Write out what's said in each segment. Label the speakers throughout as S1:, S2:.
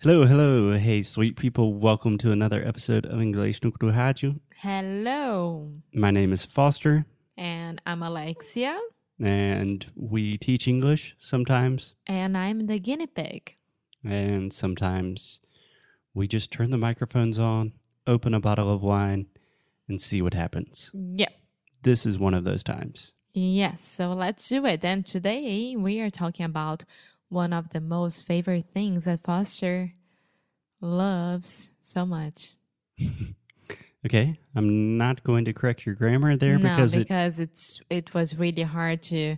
S1: Hello, hello. Hey, sweet people. Welcome to another episode of English no Rádio.
S2: Hello,
S1: My name is Foster,
S2: and I'm Alexia,
S1: and we teach English sometimes,
S2: and I'm the guinea pig.
S1: and sometimes we just turn the microphones on, open a bottle of wine, and see what happens.
S2: Yep.
S1: This is one of those times.
S2: Yes, so let's do it. And today we are talking about one of the most favorite things that Foster loves so much.
S1: Okay? I'm not going to correct your grammar there
S2: no,
S1: because it
S2: because it's it was really hard to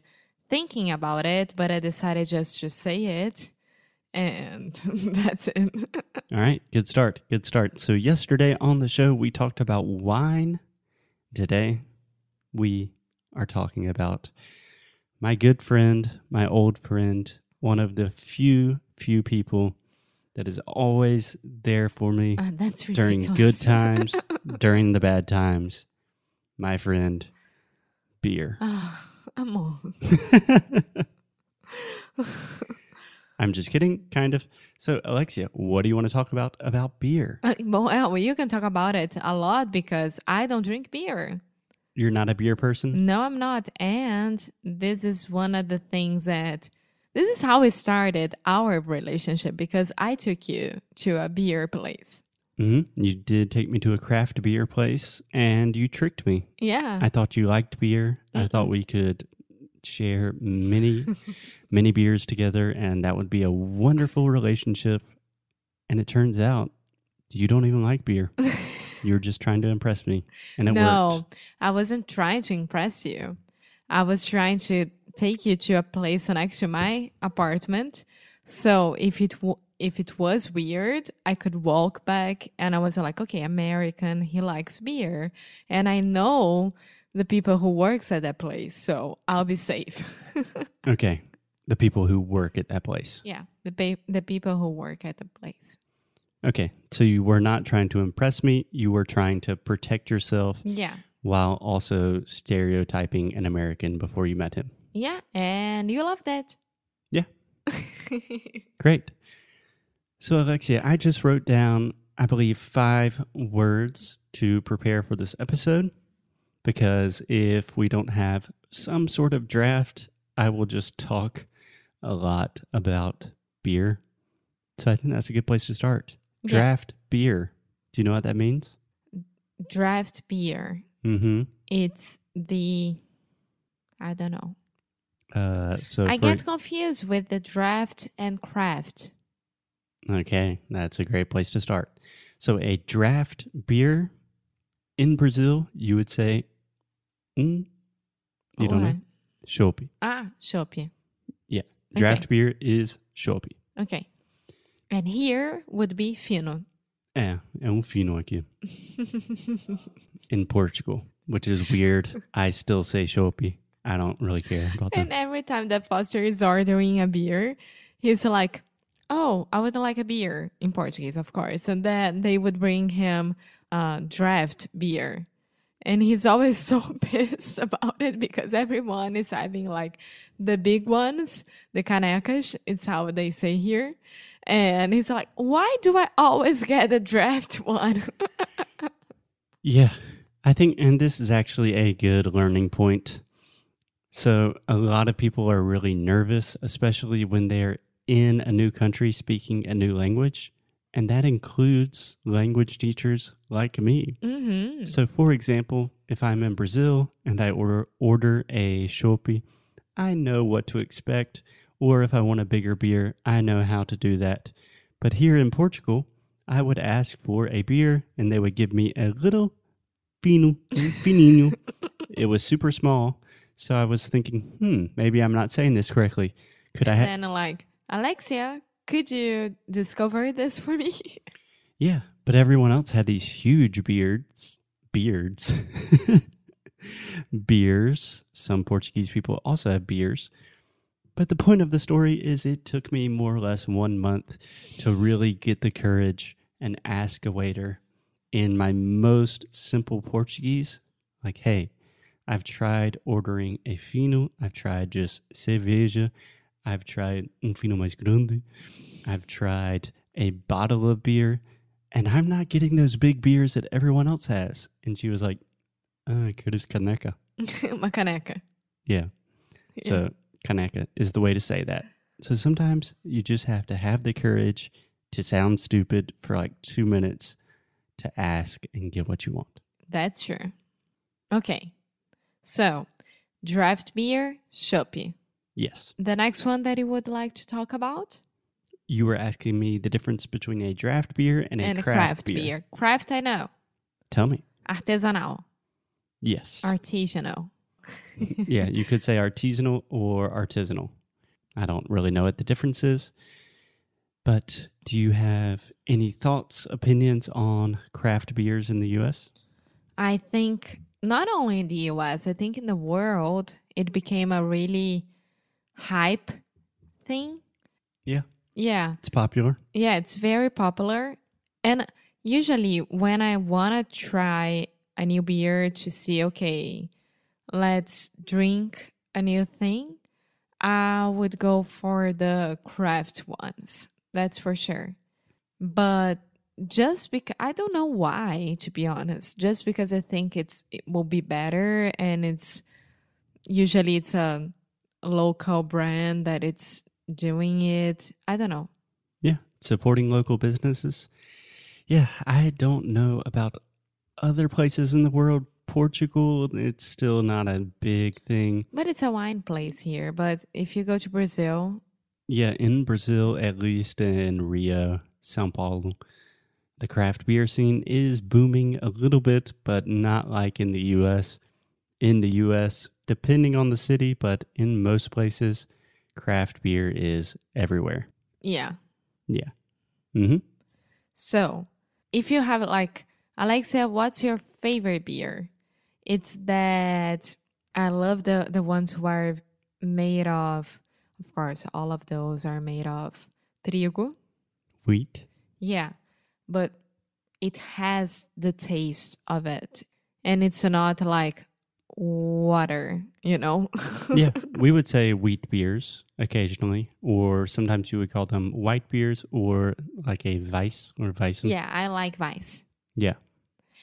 S2: thinking about it, but I decided just to say it, and that's it.
S1: All right, good start. Good start. So, yesterday on the show, we talked about wine. Today, we are talking about my good friend, my old friend, one of the few, few people that is always there for me
S2: Uh, that's ridiculous.
S1: during good times, during the bad times. My friend, beer.
S2: Ah, amor.
S1: I'm just kidding, kind of. So, Alexia, what do you want to talk about about beer?
S2: Uh, Well, yeah, well, you can talk about it a lot because I don't drink beer.
S1: You're not a beer person?
S2: No, I'm not. And this is one of the things that this is how we started our relationship because I took you to a beer place.
S1: hmm You did take me to a craft beer place and you tricked me.
S2: Yeah.
S1: I thought you liked beer. I thought we could share many, many beers together and that would be a wonderful relationship. And it turns out you don't even like beer. You're just trying to impress me. And it
S2: no,
S1: worked.
S2: I wasn't trying to impress you. I was trying to take you to a place next to my apartment. So if it w- if it was weird, I could walk back, and I was like, okay, American, he likes beer, and I know the people who works at that place, so I'll be safe.
S1: Okay. The people who work at that place.
S2: yeah, the pa- the people who work at the place.
S1: Okay. So you were not trying to impress me. You were trying to protect yourself
S2: Yeah.
S1: while also stereotyping an American before you met him.
S2: Yeah, and you love that.
S1: Yeah. Great. So, Alexia, I just wrote down, I believe, five words to prepare for this episode because if we don't have some sort of draft, I will just talk a lot about beer. So, I think that's a good place to start.
S2: Yeah.
S1: Draft beer. Do you know what that means?
S2: Draft beer.
S1: Mm hmm.
S2: it's the I don't know.
S1: Uh, so
S2: I
S1: for-
S2: get confused with the draft and craft.
S1: Okay, that's a great place to start. So, a draft beer in Brazil, you would say, mm, you don't know,
S2: Or-
S1: chope.
S2: Oh, Ah, Shopee.
S1: Yeah, draft beer is chope.
S2: Okay. And here would be fino.
S1: É, é um fino aqui in Portugal, which is weird. I still say chope. I don't really care about that.
S2: and every time that Foster is ordering a beer, he's like, "Oh, I would like a beer in Portuguese, of course." And then they would bring him uh, draft beer, and he's always so pissed about it because everyone is having like the big ones, the canecas. It's how they say here. And he's like, why do I always get a draft one?
S1: Yeah, I think, and this is actually a good learning point. So, a lot of people are really nervous, especially when they're in a new country speaking a new language. And that includes language teachers like me.
S2: mm-hmm.
S1: So, for example, if I'm in Brazil and I order, order a chope, I know what to expect. Or if I want a bigger beer, I know how to do that. But here in Portugal, I would ask for a beer and they would give me a little fino, fininho. it was super small. So I was thinking, hmm, maybe I'm not saying this correctly. Could I have?
S2: And like, Alexia, could you discover this for me?
S1: Yeah, but everyone else had these huge beards. Beards. beers. Some Portuguese people also have beers. But the point of the story is it took me more or less one month to really get the courage and ask a waiter in my most simple Portuguese, like, hey, I've tried ordering a fino, I've tried um just cerveja, I've tried un fino mais grande, I've tried a bottle of beer and I'm not getting those big beers that everyone else has. And she was like, uh, Curtis Kaneka.
S2: Uma caneca.
S1: Yeah.
S2: Yeah.
S1: So Kaneka is the way to say that. So sometimes you just have to have the courage to sound stupid for like two minutes to ask and get what you want.
S2: That's true. Okay. So, draft beer, Shopee.
S1: Yes.
S2: The next one that you would like to talk about?
S1: You were asking me the difference between a draft beer and a,
S2: and
S1: craft, beer.
S2: Craft, I know.
S1: Tell me.
S2: Artesanal.
S1: Yes.
S2: Artisanal.
S1: yeah, you could say artisanal or artisanal. I don't really know what the difference is. But do you have any thoughts, opinions on craft beers in the US?
S2: I think not only in the US, I think in the world, it became a really hype thing.
S1: Yeah.
S2: Yeah.
S1: It's popular.
S2: Yeah, it's very popular. And usually when I want to try a new beer to see, okay, let's drink a new thing, I would go for the craft ones. That's for sure. But just because I don't know why, to be honest, just because I think it's it will be better and it's usually it's a local brand that it's doing it. I don't know.
S1: Yeah. Supporting local businesses. Yeah, I don't know about other places in the world. Portugal, it's still not a big thing.
S2: But it's a wine place here. But if you go to Brazil,
S1: Yeah, in Brazil, at least in Rio, Sao Paulo, the craft beer scene is booming a little bit, but not like in the US. In the US, depending on the city, but in most places, craft beer is everywhere.
S2: yeah.
S1: Yeah. hmm
S2: So if you have like, Alexia, what's your favorite beer? It's that I love the, the ones who are made of, of course, all of those are made of trigo.
S1: Wheat.
S2: Yeah. But it has the taste of it. And it's not like water, you know?
S1: yeah, we would say wheat beers occasionally, or sometimes you would call them white beers or like a Weiss or Weissen.
S2: yeah, I like Vice.
S1: Yeah.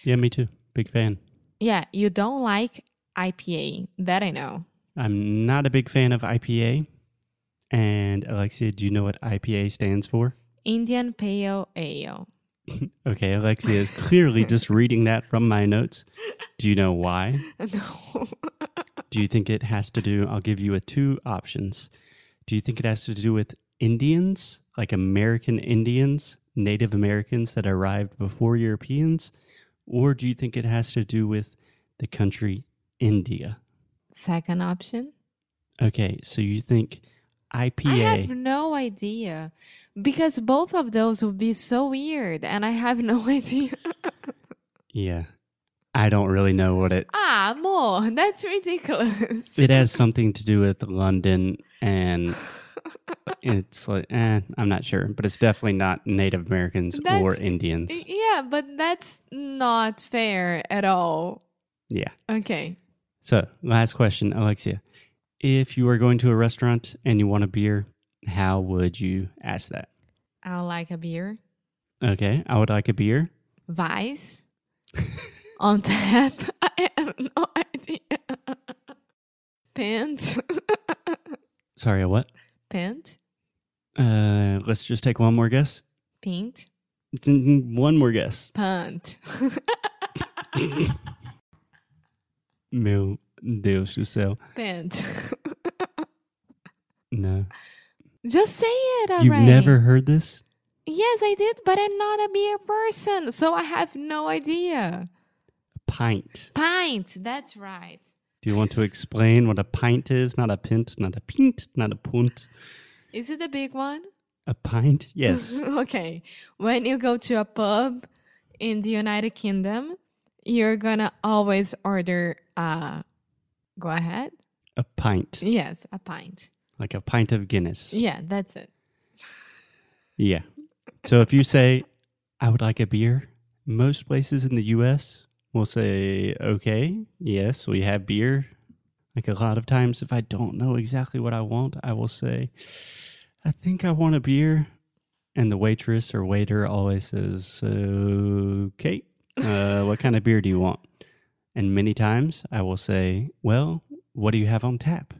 S1: Yeah, me too. Big fan.
S2: Yeah, you don't like IPA. That I know.
S1: I'm not a big fan of IPA. And Alexia, do you know what IPA stands for?
S2: Indian Pale Ale.
S1: Okay, Alexia is clearly just reading that from my notes. Do you know why?
S2: No.
S1: Do you think it has to do? I'll give you a two options. Do you think it has to do with Indians, like American Indians, Native Americans that arrived before Europeans? Or do you think it has to do with the country India?
S2: Second option.
S1: Okay, so you think IPA.
S2: I have no idea because both of those would be so weird, and I have no idea.
S1: Yeah. I don't really know what it
S2: ah, more. That's ridiculous.
S1: it has something to do with London and it's like eh, I'm not sure, but it's definitely not Native Americans or
S2: That's- eh,
S1: Indians.
S2: yeah, but that's not fair at all.
S1: Yeah.
S2: Okay.
S1: So, last question, Alexia. If you were going to a restaurant and you want a beer, how would you ask that?
S2: I like a beer.
S1: Okay, I would like a beer.
S2: Vice on tap. I have no idea. Pant.
S1: Sorry, a what?
S2: Pant.
S1: Uh, let's just take one more guess.
S2: Pint.
S1: One more guess.
S2: Punt.
S1: Meu Deus do céu.
S2: Pant.
S1: No.
S2: Just say it already.
S1: You've never heard this?
S2: Yes, I did, but I'm not a beer person, so I have no idea.
S1: Pint.
S2: Pint. That's right.
S1: Do you want to explain what a pint is? Not a pint, not a pint, not a punt.
S2: Is it a big one?
S1: A pint? Yes.
S2: okay. When you go to a pub in the United Kingdom, you're gonna always order uh go ahead.
S1: A pint.
S2: Yes, a pint.
S1: Like a pint of Guinness.
S2: Yeah, that's it.
S1: Yeah. So if you say, I would like a beer, most places in the US will say, okay, yes, we have beer. Like a lot of times, if I don't know exactly what I want, I will say, I think I want a beer. And the waitress or waiter always says, Okay, uh, what kind of beer do you want? And many times I will say, Well, what do you have on tap?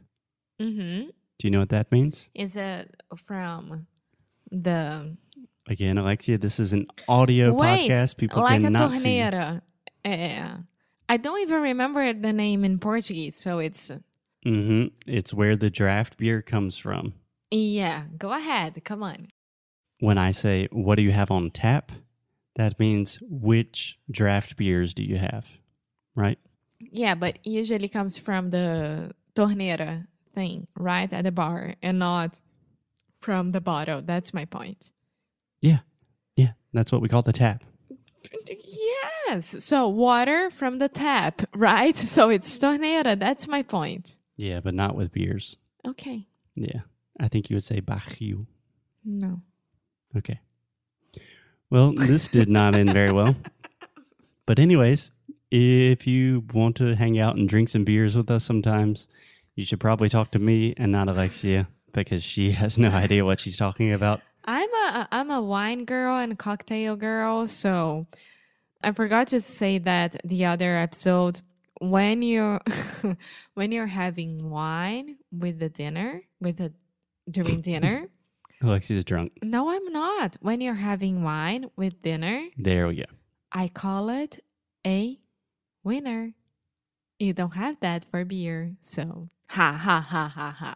S2: Mm-hmm.
S1: Do you know what that means?
S2: Is it from the
S1: Again, Alexia, this is an audio
S2: Wait,
S1: podcast. People
S2: like a
S1: cannot see.
S2: torneira? Yeah. I don't even remember the name in Portuguese, so it's
S1: hmm It's where the draft beer comes from.
S2: yeah. Go ahead, come on.
S1: When I say, What do you have on tap? That means which draft beers do you have? Right?
S2: Yeah, but usually comes from the torneira thing, right at the bar, and not from the bottle. That's my point.
S1: Yeah. Yeah. That's what we call the tap.
S2: Yes. So water from the tap, right? So it's torneira. That's my point.
S1: Yeah, but not with beers.
S2: Okay.
S1: Yeah. I think you would say baril.
S2: No.
S1: Okay. Well, this did not end very well. But, anyways, if you want to hang out and drink some beers with us sometimes, you should probably talk to me and not Alexia because she has no idea what she's talking about.
S2: I'm a I'm a wine girl and cocktail girl, so I forgot to say that the other episode when you're when you're having wine with the dinner with the during dinner.
S1: Alexia's drunk.
S2: No, I'm not. When you're having wine with dinner,
S1: There we go.
S2: I call it a winner. You don't have that for beer, so ha ha ha ha ha.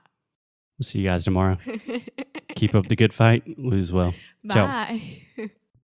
S1: We'll see you guys tomorrow. Keep up the good fight, lose well. Ciao.
S2: Bye.